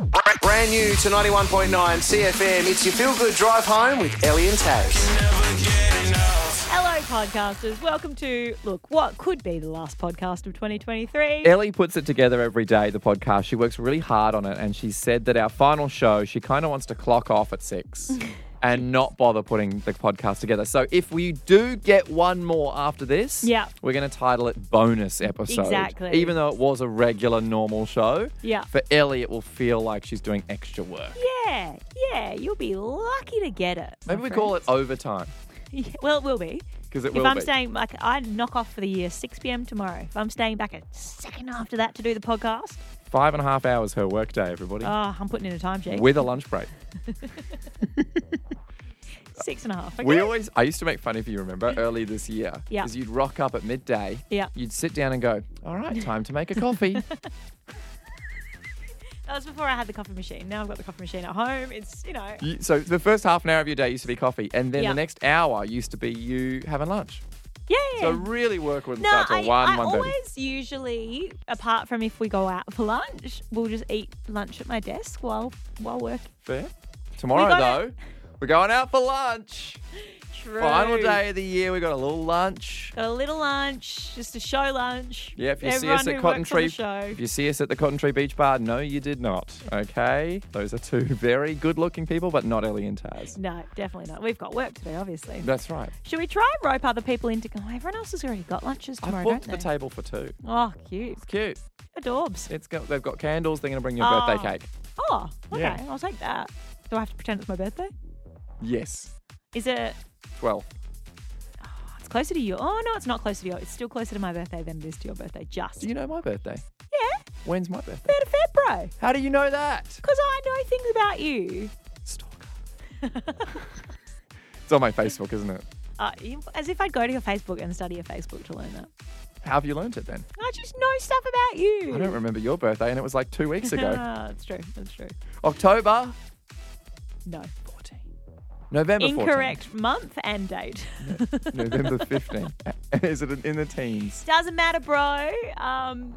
Brand new to 91.9 CFM. It's your feel good drive home with Ellie and Taz. Hello, podcasters. Welcome to, look, what could be the last podcast of 2023. Ellie puts it together every day, the podcast. She works really hard on it, and she said that our final show, she kind of wants to clock off at six and not bother putting the podcast together. So if we do get one more after this, Yeah. we're going to title it bonus episode. Exactly. Even though it was a regular, normal show, Yeah. for Ellie, it will feel like she's doing extra work. Yeah, yeah, you'll be lucky to get it. Maybe we call it overtime Yeah, well, it will be. because it if will I'm be. staying, like, I knock off for the year 6 p.m. tomorrow. If I'm staying back a second after that to do the podcast, Five and a half hours her workday, everybody, oh, I'm putting in a time sheet. with a lunch break. Six and a half. Okay. We always, I used to make fun of you, remember, early this year. Yeah. Because you'd rock up at midday. Yeah. You'd sit down and go, all right, time to make a coffee. that was before I had the coffee machine. Now I've got the coffee machine at home. It's, you know, you, so the first half an hour of your day used to be coffee, and then Yeah. the next hour used to be you having lunch. yeah. So really work with No, start I, till one, I one thirty. always usually, apart from if we go out for lunch, we'll just eat lunch at my desk while while working. Fair. Tomorrow We gotta- though, we're going out for lunch. True. Final day of the year, we got a little lunch. Got a little lunch, just a show lunch. Yeah, if you Everyone see us who at Cotton works on the Tree, show. if you see us at the Cotton Tree Beach Bar, no, you did not. Okay, those are two very good-looking people, but not Ellie and Taz. No, definitely not. We've got work to do, obviously. That's right. Should we try and rope other people into going? "Oh, Everyone else has already got lunches tomorrow, I don't booked they? the table for two. Oh, cute. It's cute. Adorbs. It's got, they've got candles. They're going to bring your Oh. birthday cake. Oh, okay. Yeah. I'll take that. Do I have to pretend it's my birthday? Yes, Is it? twelve. It's closer to you. Oh, no, it's not closer to you. It's still closer to my birthday than it is to your birthday. Just. Do you know my birthday? Yeah. When's my birthday? Third of February. How do you know that? Because I know things about you. Stalker. It's on my Facebook, isn't it? Uh, you- as if I'd go to your Facebook and study your Facebook to learn that. How have you learnt it then? I just know stuff about you. I don't remember your birthday, and it was like two weeks ago. Ah, that's true. That's true. October No. 14. November 14. Incorrect month and date. November 15. Is it in the teens? Doesn't matter, bro. Um,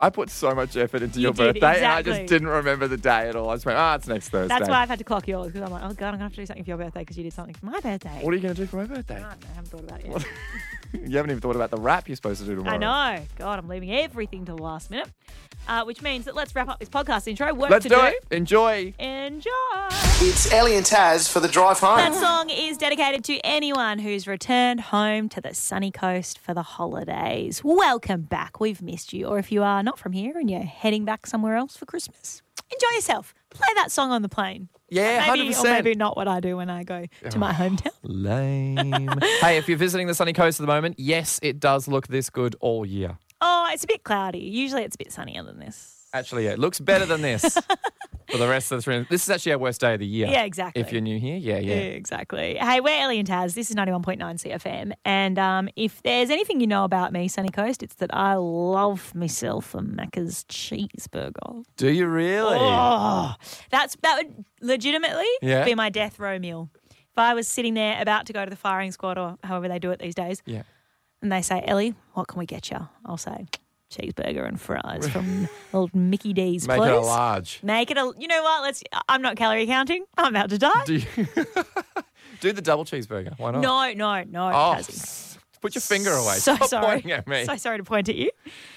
I put so much effort into You your did, birthday, and I just exactly. didn't remember the day at all. I just went, ah, it's next Thursday. that's why I've had to clock yours because I'm like, oh god, I'm gonna have to do something for your birthday because you did something for my birthday. What are you going to do for my birthday? I, don't know, I haven't thought about it yet. you haven't even thought about the rap you're supposed to do tomorrow. I know. God, I'm leaving everything to the last minute, uh, which means that let's wrap up this podcast intro. Work Let's to do it. Enjoy. Enjoy. It's Ellie and Taz for the drive home. That song is dedicated to anyone who's returned home to the sunny coast for the holidays. Welcome back. We've missed you. Or if you are not from here and you're heading back somewhere else for Christmas, enjoy yourself. Play that song on the plane. Yeah, Maybe, 100%. or maybe not what I do when I go to my hometown. Lame. hey, if you're visiting the sunny coast at the moment, yes, it does look this good all year. Oh, it's a bit cloudy. Usually it's a bit sunnier than this. Actually, yeah, it looks better than this for the rest of the three. This is actually our worst day of the year. Yeah, exactly. If you're new here, yeah, yeah. Exactly. Hey, we're Ellie and Taz. This is 91.9 CFM. And um, if there's anything you know about me, Sunny Coast, it's that I love myself a Macca's cheeseburger. Do you really? Oh, that's that would legitimately Yeah. be my death row meal. If I was sitting there about to go to the firing squad or however they do it these days, Yeah. and they say, "Ellie, what can we get you?" I'll say, "Cheeseburger and fries from old Mickey D's, Make please." it a large. Make it a. You know what? Let's. I'm not calorie counting. I'm about to die. Do you do the double cheeseburger? Why not? no, no, no. Oh, Tazzy. s- put your finger away. So Stop sorry. pointing at me. So sorry to point at you.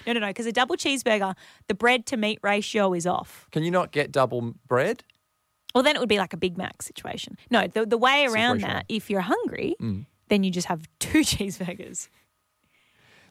No, no, no. Because a double cheeseburger, the bread to meat ratio is off. Can you not get double bread? Well, then it would be like a Big Mac situation. No, the, the way around Situation. that, if you're hungry, Mm. then you just have two cheeseburgers.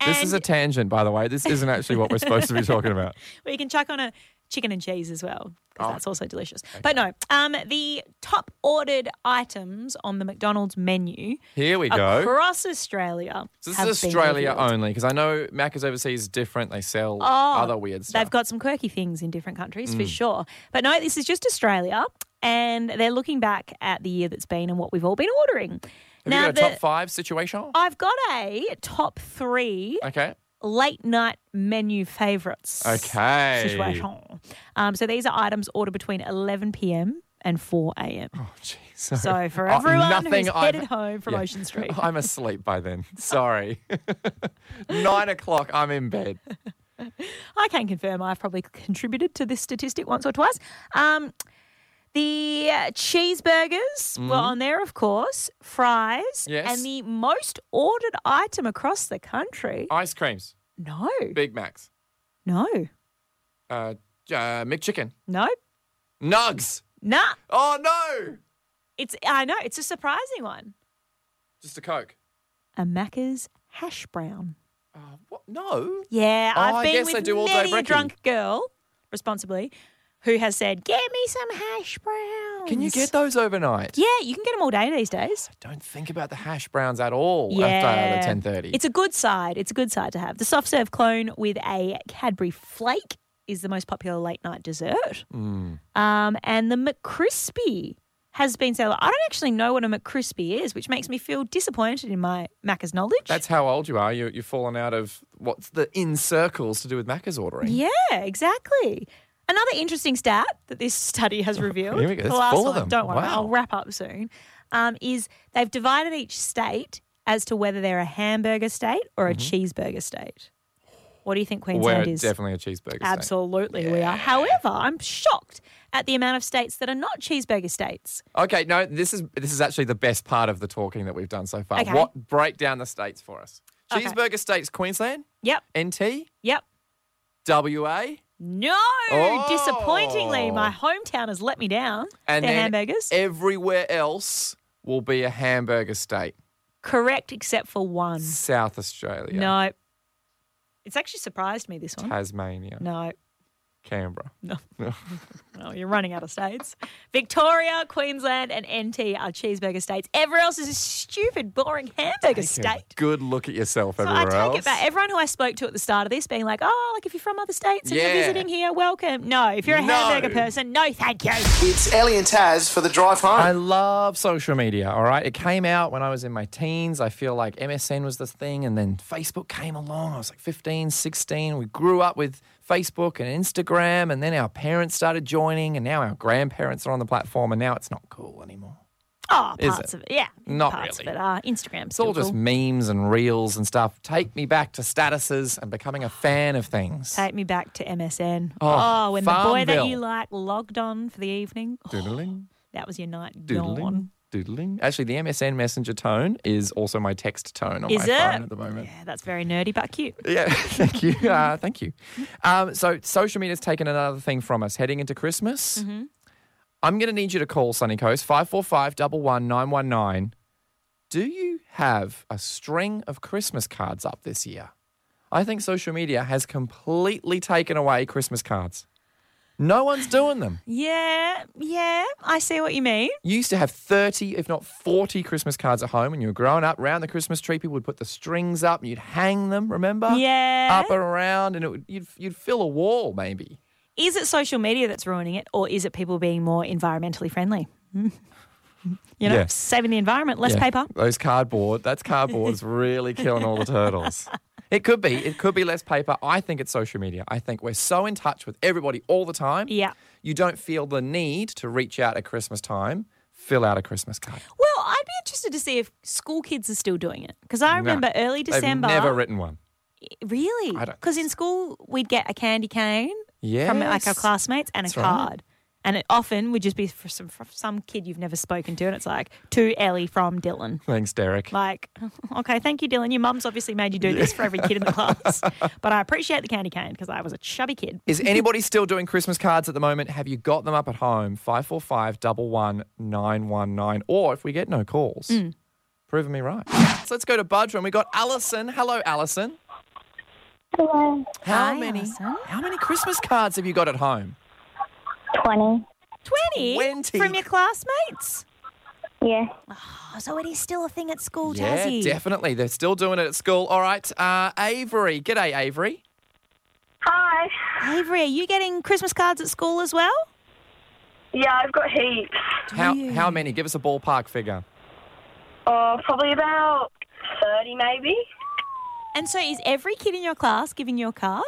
this is a And- tangent, by the way. This isn't actually what we're supposed to be talking about. Or you can chuck on a chicken and cheese as well, because Oh. that's also delicious. But no, um, the top ordered items on the McDonald's menu Here we go. across Australia. So this have is been Australia revealed. only because I know Macca's overseas is different. They sell Oh, other weird stuff. They've got some quirky things in different countries Mm. for sure. But no, this is just Australia, and they're looking back at the year that's been and what we've all been ordering. Have you got a top five situation? I've got a top three Okay. late night menu favourites. Okay. Situation. Um, so these are items ordered between 11 p.m. and 4 a.m. Oh, jeez. So for Oh, everyone nothing who's I've- headed home from Yeah. Ocean Street, I'm asleep by then. Sorry. Nine o'clock, I'm in bed. I can confirm I've probably contributed to this statistic once or twice. Um, the uh, cheeseburgers were on there, of course, fries, Mm-hmm. Yes. and the most ordered item across the country. Ice creams, no, Big Macs, no, uh, uh, McChicken, no, Nugs. nah. Oh no! It's I know it's a surprising one. Just a Coke. A Macca's hash brown. Oh, what? No. Yeah, Oh, I've I been guess with they do all day many a brekkie. drunk girl, responsibly, who has said, "Get me some hash browns." Can you get those overnight? Yeah, you can get them all day these days. Don't think about the hash browns at all Yeah, after ten thirty. It's a good side. It's a good side to have. The soft serve clone with a Cadbury flake is the most popular late night dessert. Mm. Um, and the McCrispy has been said. I don't actually know what a McCrispy is, which makes me feel disappointed in my Macca's knowledge. That's how old you are. You, you've fallen out of what's the in circles to do with Macca's ordering. Yeah, exactly. Another interesting stat that this study has revealed. Oh, Here we go. The There's last four one, of them. don't worry, I'll Wow. wrap up soon. Um, is they've divided each state as to whether they're a hamburger state or a cheeseburger state. What do you think Mm-hmm. We're Queensland is? definitely a cheeseburger. state. Absolutely, we are. However, I'm shocked at the amount of states that are not cheeseburger states. Okay, no, this is this is actually the best part of the talking that we've done so far. Okay. What break down the states for us? Okay. Cheeseburger states: Queensland, Yep, NT, yep. WA, No, Oh. disappointingly, my hometown has let me down. and they're then e- hamburgers. everywhere else will be a hamburger state. Correct, except for one. South Australia, No. It's actually surprised me this one. Tasmania, No, Canberra. no. well, you're running out of states. Victoria, Queensland, and NT are cheeseburger states. Everywhere else is a stupid, boring hamburger state. Good look at yourself, So I everywhere take else. it back. Everyone who I spoke to at the start of this being like, oh, like if you're from other states and Yeah. you're visiting here, welcome. No, if you're a No. hamburger person, no, thank you. It's Ellie and Taz for the drive home. I love social media, all right? It came out when I was in my teens. I feel like MSN was the thing, and then Facebook came along. I was like 15, 16. We grew up with Facebook and Instagram, and then our parents started joining, and now our grandparents are on the platform, and now it's not cool anymore. Oh, Is parts it? of it. Yeah. Not parts really. of it are. Instagram's It's all just cool. memes and reels and stuff. Take me back to statuses and becoming a fan of things. Take me back to MSN. Oh, Oh, when the boy that Farmville. you like logged on for the evening. Oh, Doodling, that was your night dawn. doodling, doodling. Actually, the MSN Messenger tone is also my text tone on Is my it? phone at the moment. Yeah, that's very nerdy but cute. Yeah, thank you. Uh, thank you. Um, so, social media's taken another thing from us heading into Christmas. I'm going to need you to call Sunny Coast 545 11919. Do you have a string of Christmas cards up this year? I think social media has completely taken away Christmas cards. No one's doing them. Yeah, yeah, I see what you mean. You used to have 30, if not 40 Christmas cards at home when you were growing up. Round the Christmas tree, people would put the strings up and you'd hang them, remember? Yeah. Up and around, and it would, you'd, you'd fill a wall, maybe. Is it social media that's ruining it, or is it people being more environmentally friendly? you know, Yeah. saving the environment, less paper. Those cardboard, that's cardboard, is really killing all the turtles. It could be. It could be less paper. I think it's social media. I think we're so in touch with everybody all the time. Yeah. You don't feel the need to reach out at Christmas time, fill out a Christmas card. Well, I'd be interested to see if school kids are still doing it because I remember No. early December. They've never written one. really? I don't Because in school we'd get a candy cane from like our Yes. classmates and a That's right. card. And it often would just be for some for some kid you've never spoken to, and it's like to Ellie from Dylan. Thanks, Derek. Like, okay, thank you, Dylan. Your mum's obviously made you do this for every kid in the class. But I appreciate the candy cane because I was a chubby kid. Is anybody still doing Christmas cards at the moment? Have you got them up at home? 545 11919. Or if we get no calls, Mm. proving me right. So let's go to Budrum. We got Alison. Hello, Alison. Hello. How Hi, many Alison. How many Christmas cards have you got at home? 20. 20? 20. From your classmates? Yeah. Oh, so it is still a thing at school, Yeah, Tassie. definitely. They're still doing it at school. All right, uh, Avery. G'day, Avery. Hi. Avery, are you getting Christmas cards at school as well? Yeah, I've got heaps. How how many? Give us a ballpark figure. Oh, probably about 30 maybe. And so is every kid in your class giving you a card?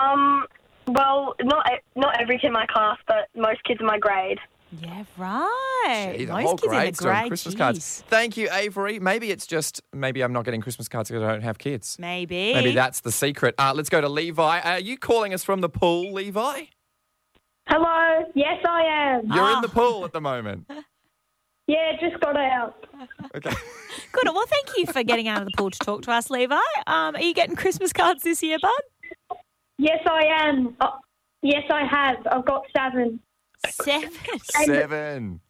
Um, well, not e- not every kid in my class, but most kids in my grade. Yeah, right. Gee, the Most whole kids in the grade's doing grade, Christmas geez. cards. Thank you, Avery. Maybe it's just maybe I'm not getting Christmas cards because I don't have kids. Maybe. Maybe that's the secret. Uh, let's go to Levi. Are you calling us from the pool, Levi? Hello. Yes, I am. You're Ah. in the pool at the moment. Yeah, just got out. Okay. Good. Well, thank you for getting out of the pool to talk to us, Levi. Um, are you getting Christmas cards this year, bud? Yes, I am. Uh, yes, I have. I've got seven. Seven. Seven.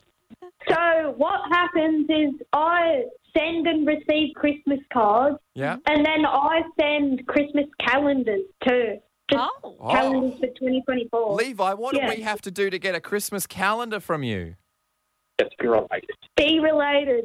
So what happens is I send and receive Christmas cards, Yeah. and then I send Christmas calendars too. Just Oh. calendars for 2024. Levi, what Yeah. do we have to do to get a Christmas calendar from you? That's right. Be related.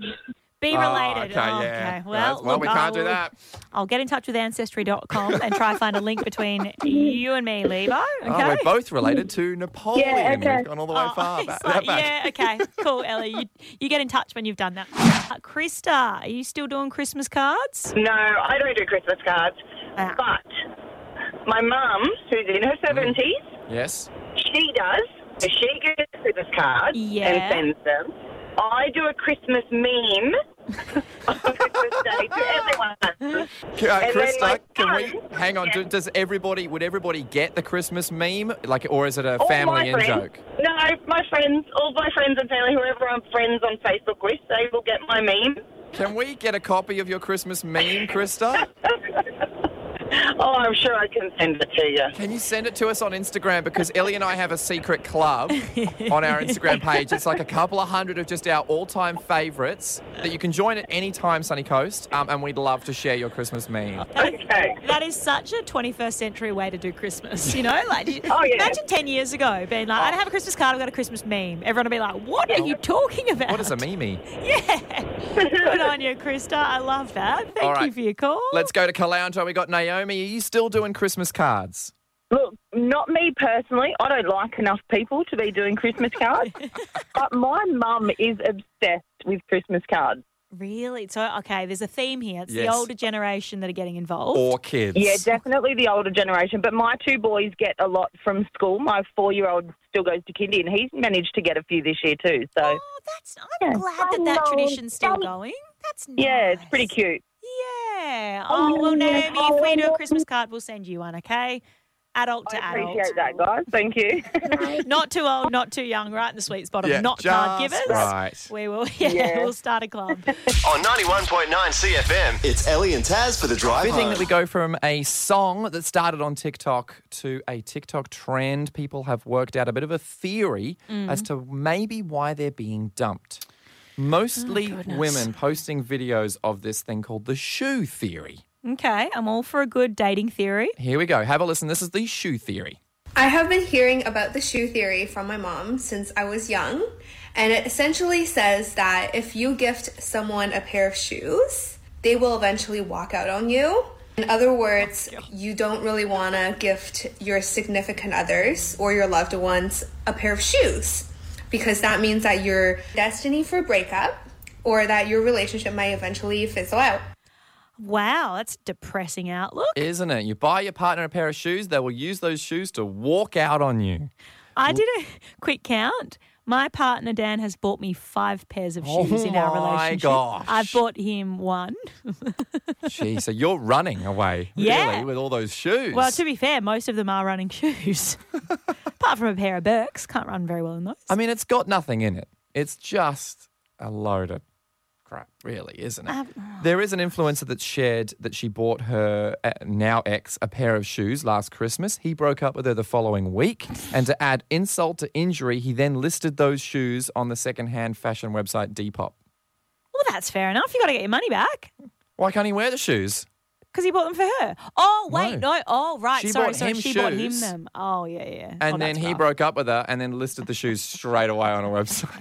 Be Oh, related. okay, Oh, yeah. okay. Well, That's- well, look, we I'll- can't do that. I'll get in touch with Ancestry.com and try and find a link between you and me, Levi. Okay. Oh, we're both related to Napoleon. okay. We've gone all the way Oh, far it's back. like, that back. yeah, okay. Cool, Ellie. You, you get in touch when you've done that. Uh, Krista, are you still doing Christmas cards? No, I don't do Christmas cards. Ah. Mm-hmm. But my mum, who's in her seventies, Yes. she does. So she gets Christmas cards Yeah. and sends them. I do a Christmas meme on Christmas Day to everyone. K- Uh, And then Krista, my can we son- hang on? Yeah. Do, does everybody would everybody get the Christmas meme? Like, or is it a All my family in friends- joke? No, my friends, all my friends and family, whoever I'm friends on Facebook with, they will get my meme. Can we get a copy of your Christmas meme, Krista? Oh, I'm sure I can send it to you. Can you send it to us on Instagram? Because Ellie and I have a secret club on our Instagram page. It's like a couple of hundred of just our all-time favourites that you can join at any time, Sunny Coast. Um, and we'd love to share your Christmas meme. Okay. That is such a 21st century way to do Christmas, you know? Like, you- Oh, yeah. Oh. imagine 10 years ago being like, I don't have a Christmas card, I've got a Christmas meme. Everyone would be like, what are you talking about? What is a meme? Yeah. Good on you, Krista. I love that. Thank All you right. for your call. Let's go to Caloundra. We got Naomi. Are you still doing Christmas cards? Look, not me personally. I don't like enough people to be doing Christmas cards. but my mum is obsessed with Christmas cards. Really? So, okay, there's a theme here. It's the Yes. older generation that are getting involved. Or kids? Yeah, definitely the older generation. But my two boys get a lot from school. My four year old still goes to kindy and he's managed to get a few this year too. So, Oh, that's. I'm glad that I that know. tradition's still Daddy- going. That's nice. yeah, it's pretty cute. Yeah. Oh, well, Naomi, if we do a Christmas card, we'll send you one, okay? Adult to I adult. appreciate that, guys. Thank you. Not too old, not too young, right in the sweet spot of Yeah, not card just givers. right. We will, yeah, Yeah. we'll start a club. On 91.9 CFM, it's Ellie and Taz for the drive Fitting home. that we go from a song that started on TikTok to a TikTok trend. People have worked out a bit of a theory Mm. as to maybe why they're being dumped. Mostly Oh, women posting videos of this thing called the shoe theory. okay, I'm all for a good dating theory. Here we go. Have a listen. This is the shoe theory. I have been hearing about the shoe theory from my mom since I was young, and it essentially says that if you gift someone a pair of shoes, they will eventually walk out on you. In other words, you don't really want to gift your significant others or your loved ones a pair of shoes because that means that you're destined for breakup or that your relationship might eventually fizzle out. Wow, that's a depressing outlook. Isn't it? You buy your partner a pair of shoes, they will use those shoes to walk out on you. I did a quick count. My partner Dan has bought me five pairs of shoes in our Oh my relationship. gosh. I've bought him one. Gee, so you're running away, really, Yeah. with all those shoes. Well, to be fair, most of them are running shoes. Apart from a pair of Birks, can't run very well in those. I mean, it's got nothing in it. It's just a load of crap, really, isn't it? Um, there is an influencer that shared that she bought her uh, now ex a pair of shoes last Christmas. He broke up with her the following week. and to add insult to injury, he then listed those shoes on the secondhand fashion website Depop. Well, that's fair enough. You got to get your money back Why can't he wear the shoes? because he bought them for her. Oh wait, No. no. Oh right, She sorry, bought sorry. him she bought him shoes. them. Oh yeah, yeah. And Oh, then that's he rough. broke up with her and then listed the shoes straight away on a website.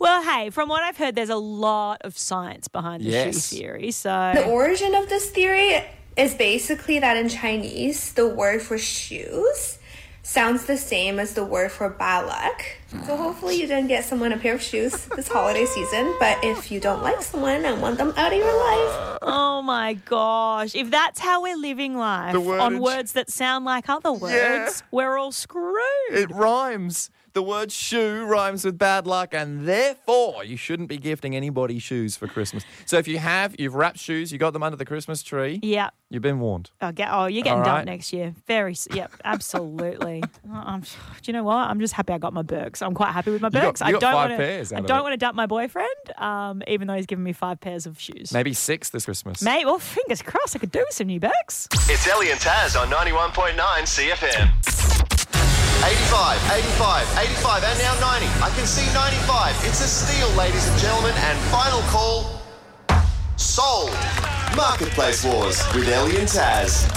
Well, hey, from what I've heard, there's a lot of science behind the Yes. shoe theory. So The origin of this theory is basically that in Chinese, the word for shoes sounds the same as the word for bad luck. So hopefully you didn't get someone a pair of shoes this holiday season, but if you don't like someone and want them out of your life, Oh my gosh. If that's how we're living life word on in- words that sound like other words, we're all screwed. It rhymes. The word shoe rhymes with bad luck, and therefore you shouldn't be gifting anybody shoes for Christmas. So if you have, you've wrapped shoes, you got them under the Christmas tree, Yeah. you've been warned. Oh, get, oh you're getting All dumped right. next year. Very, s- yep, absolutely. Oh, I'm, do you know what? I'm just happy I got my Birks. I'm quite happy with my got- Birks. you I got don't five want pairs to. I out of don't it. want to dump my boyfriend, um, even though he's given me five pairs of shoes. Maybe six this Christmas. Mate, well, fingers crossed, I could do with some new Birks. It's Ellie and Taz on 91.9 CFM. 85, 85, 85, and now 90. I can see 95. It's a steal, ladies and gentlemen. And final call sold. Marketplace Wars with Ellie and Taz.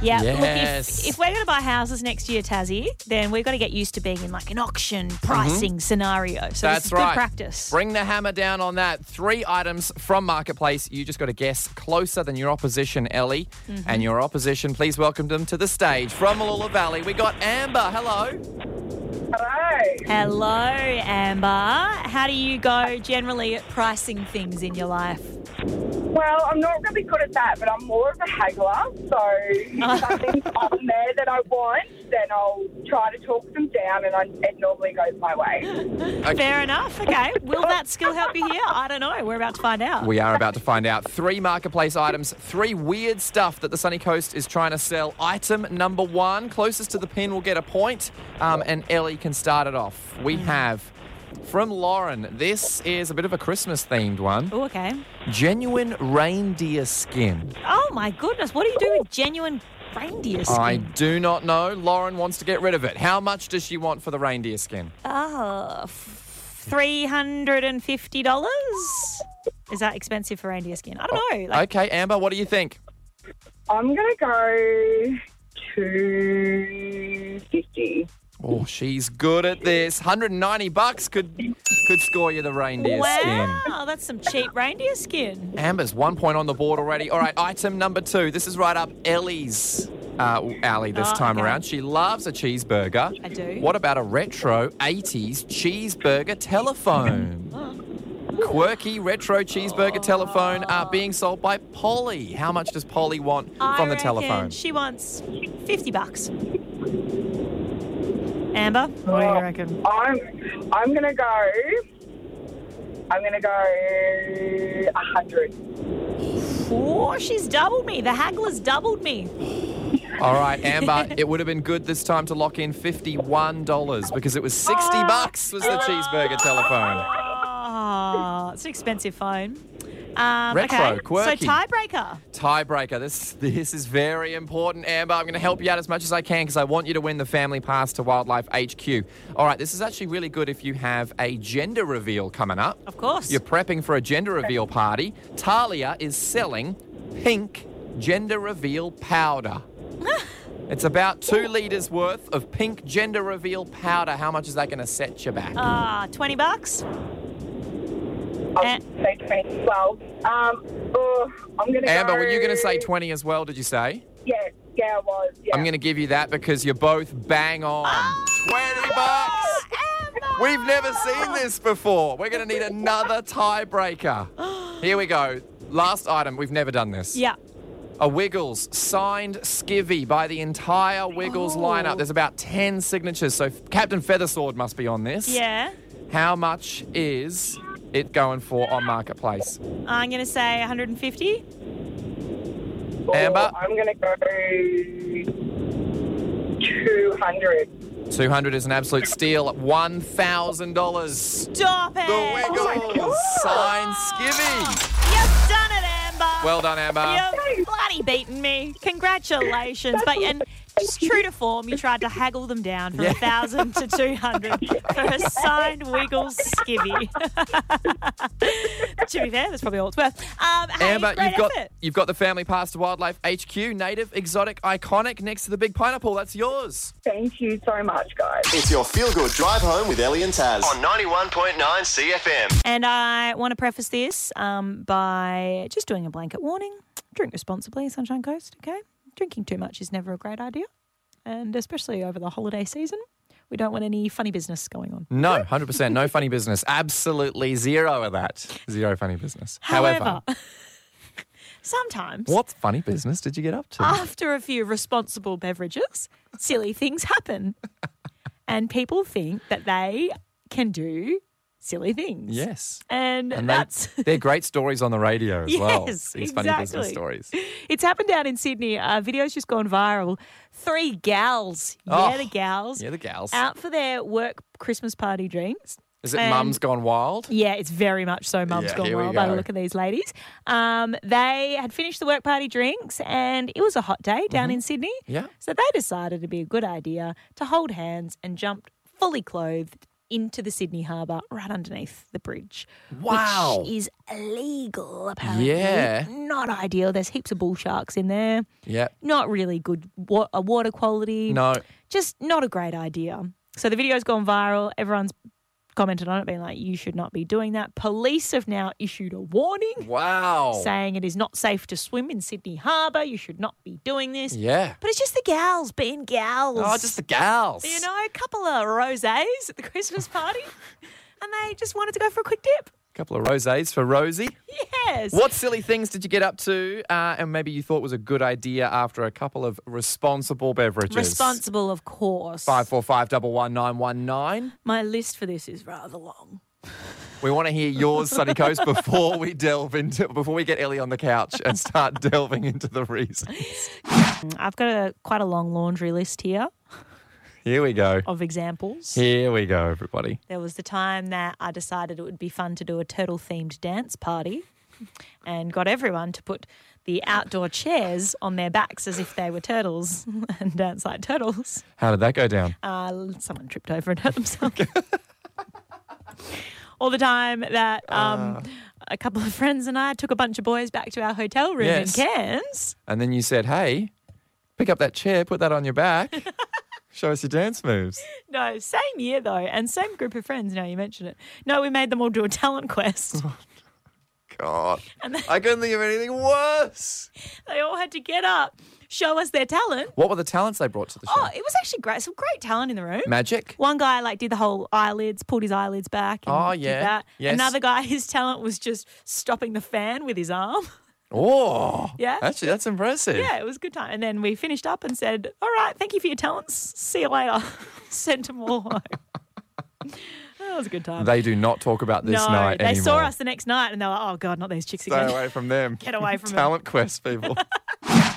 Yeah. Look, Yes. if, if we're going to buy houses next year, Tassie, then we've got to get used to being in like an auction pricing scenario. So Mm-hmm. That's this is right. good practice. Bring the hammer down on that. Three items from Marketplace. You just got to guess closer than your opposition, Ellie. Mm-hmm. And your opposition, please welcome them to the stage from Malula Valley. We got Amber. Hello. Hello. Hello, Amber. How do you go generally at pricing things in your life? Well, I'm not really good at that, but I'm more of a haggler. So if something's on there that I want, then I'll try to talk them down, and I, it normally goes my way. Fair enough. Okay. Will that skill help you here? I don't know. We're about to find out. We are about to find out three Marketplace items, three weird stuff that the Sunny Coast is trying to sell. Item number one, closest to the pin will get a point, um, and Ellie can start it off. We have from Lauren. This is a bit of a Christmas themed one. Oh, okay. Genuine reindeer skin. Oh my goodness. What do you do with genuine reindeer skin? I do not know. Lauren wants to get rid of it. How much does she want for the reindeer skin? Oh, f- $350? Is that expensive for reindeer skin? I don't know. Like, Okay, Amber, what do you think? I'm gonna go to fifty. Oh, she's good at this. 190 bucks could could score you the reindeer wow, skin. that's some cheap reindeer skin. Amber's one point on the board already. All right, item number two. This is right up Ellie's uh, alley this Oh, time okay. around. She loves a cheeseburger. I do. What about a retro 80s cheeseburger telephone? Ah. Quirky retro cheeseburger telephone uh, being sold by Polly. How much does Polly want I from the reckon telephone? She wants 50 bucks. Amber, what do you reckon? I'm I'm gonna go. I'm gonna go a hundred. Oh, she's doubled me. The haggler's doubled me. All right, Amber, it would have been good this time to lock in $51 because it was 60 Ah. bucks was the cheeseburger telephone. Oh, it's an expensive phone. Um, Retro, okay. So quirky. tiebreaker. Tiebreaker. This this is very important, Amber. I'm going to help you out as much as I can because I want you to win the family pass to Wildlife HQ. All right, this is actually really good if you have a gender reveal coming up. Of course. You're prepping for a gender reveal party. Talia is selling pink gender reveal powder. it's about two litres worth of pink gender reveal powder. How much is that going to set you back? Ah, 20 bucks. I'll Eh. Oh, say twenty. Well, um, oh, I'm gonna. Amber, go, were you going to say 20 as well, did you say? Yeah, yeah, I was. Yeah. I'm going to give you that because you're both bang on. Ah! 20 bucks! Amber! We've never seen this before. We're going to need another tiebreaker. Here we go. Last item. We've never done this. Yeah. A Wiggles signed skivvy by the entire Wiggles Oh. lineup. There's about 10 signatures. So Captain Feathersword must be on this. Yeah. How much is it going for on Marketplace? I'm going to say 150. Oh, Amber? I'm gonna go two hundred. 200 is an absolute steal. $1,000. Stop it. Oh The Wiggles signed skivvy. You've done it, Amber. Well done, Amber. You've bloody beaten me. Congratulations. But and just true to form, you tried to haggle them down from a Yeah. 1,000 to 200 for a signed Wiggles skivvy. to be fair, that's probably all it's worth. Um, hey, Amber, great you've got effort. you've got the family pass to Wildlife HQ, native, exotic, iconic, next to the big pineapple. That's yours. Thank you so much, guys. It's your feel good drive home with Ellie and Taz on 91.9 CFM. And I want to preface this um, by just doing a blanket warning. Drink responsibly, Sunshine Coast, okay? Drinking too much is never a great idea. And especially over the holiday season, we don't want any funny business going on. No, hundred percent, no funny business. Absolutely zero of that. Zero funny business. However, sometimes what funny business did you get up to? after a few responsible beverages, silly things happen. and people think that they can do silly things. Yes. And, And that's they, they're great stories on the radio as well. Yes, These funny business exactly. stories. it's happened down in Sydney. A video's just gone viral. Three gals, Oh, yeah, the gals, Yeah, the gals. out for their work Christmas party drinks. Is it and- Mum's Gone Wild? Yeah, it's very much so mum's Yeah, gone here we wild by the go. look of these ladies. Um, they had finished the work party drinks and it was a hot day down in Sydney. Mm-hmm. Yeah. So they decided it'd be a good idea to hold hands and jumped fully clothed into the Sydney harbour right underneath the bridge. Wow. Which is illegal, apparently. Yeah. Not ideal. There's heaps of bull sharks in there. Yeah. Not really good wa- uh, water quality No. just not a great idea. So the video's gone viral. Everyone's commented on it, being like, you should not be doing that. Police have now issued a warning Wow. saying it is not safe to swim in Sydney Harbour. You should not be doing this. Yeah. But it's just the gals being gals. Oh, just the gals. You know, a couple of rosés at the Christmas party, and they just wanted to go for a quick dip. A couple of rosés for Rosie. Yes. What silly things did you get up to uh, and maybe you thought was a good idea after a couple of responsible beverages? Responsible, of course. 545 My list for this is rather long. We want to hear yours, Sunny Coast, before we delve into, before we get Ellie on the couch and start delving into the reasons. I've got a quite a long laundry list here Here we go. of examples. Here we go, everybody. There was the time that I decided it would be fun to do a turtle themed dance party and got everyone to put the outdoor chairs on their backs as if they were turtles and dance like turtles. How did that go down? Uh, someone tripped over and hurt themselves. All the time that um, a couple of friends and I took a bunch of boys back to our hotel room Yes. in Cairns. And then you said, hey, pick up that chair, put that on your back, show us your dance moves. No, same year though, and same group of friends. Now you mention it. No, we made them all do a talent quest. God. I couldn't think of anything worse. they all had to get up, show us their talent. What were the talents they brought to the show? Oh, it was actually great. Some great talent in the room. Magic? One guy like did the whole eyelids, pulled his eyelids back. And Oh, did yeah. that. Yes. Another guy, his talent was just stopping the fan with his arm. Oh, Yeah. Actually, that's impressive. Yeah, it was a good time. And then we finished up and said, "All right, thank you for your talents. See you later." Sent them all home. that was a good time. They do not talk about this no, night they anymore. saw us the next night and they were like, "Oh God, not these chicks Stay again." away from them. Get away from them. Talent Quest people.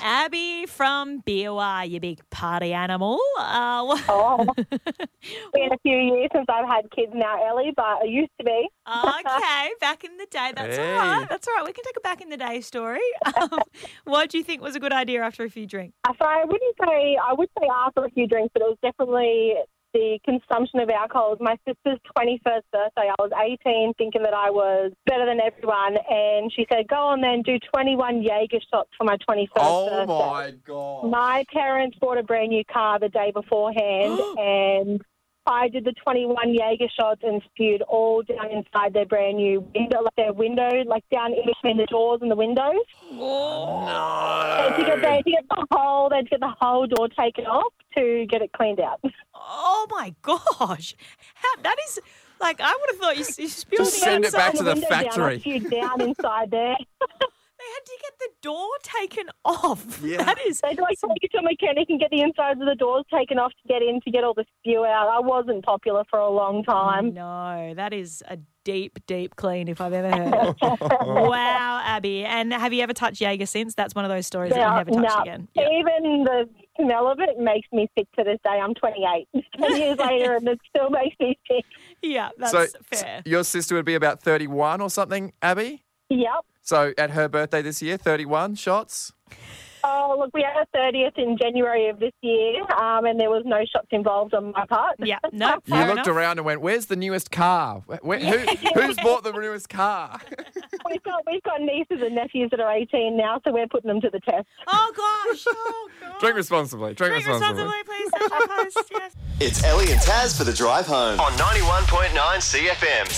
Abby from BOR, you big party animal. Uh, what- Oh, been a few years since I've had kids now, Ellie, but it used to be. okay, back in the day. That's all Hey. right. That's all right. We can take a back in the day story. Um, what do you think was a good idea after a few drinks? Uh, So I wouldn't say I would say after a few drinks, but it was definitely the consumption of alcohol. It was my sister's twenty-first birthday. I was eighteen, thinking that I was better than everyone, and she said, "Go on then, do twenty-one Jaeger shots for my twenty-first oh birthday." my God. My parents bought a brand new car the day beforehand, and I did the 21 Jaeger shots and spewed all down inside their brand new window, like their window, like down in between the doors and the windows. They had to get, they had to get the whole, they had to get the whole door taken off to get it cleaned out. Oh my gosh, How, that is like I would have thought you, you spilled Just the send it outside. back to the window factory. Down, I spewed down inside there. They had to get the door taken off. Yeah. That is They had to like take it to a mechanic and get the insides of the doors taken off to get in to get all the spew out. I wasn't popular for a long time. no, that is a deep, deep clean if I've ever heard. wow, Abby. And have you ever touched Jaeger since? That's one of those stories Yeah, that you never touched no. again. Yeah. Even the smell of it makes me sick to this day. I'm 28. 10 years later, and it still makes me sick. Yeah, that's so s- fair. your sister would be about 31 or something, Abby? Yep. So at her birthday this year, 31 shots? Oh, look, we had our 30th in January of this year, um, and there was no shots involved on my part. Yeah, no, You fair enough. looked around and went, where's the newest car? Wh- wh- who, who's bought the newest car? We've got, we've got nieces and nephews that are 18 now, so we're putting them to the test. Oh gosh, oh gosh. Drink responsibly. Drink, Drink responsibly, please. Social post, yes. It's Ellie and Taz for the drive home on 91.9 CFM.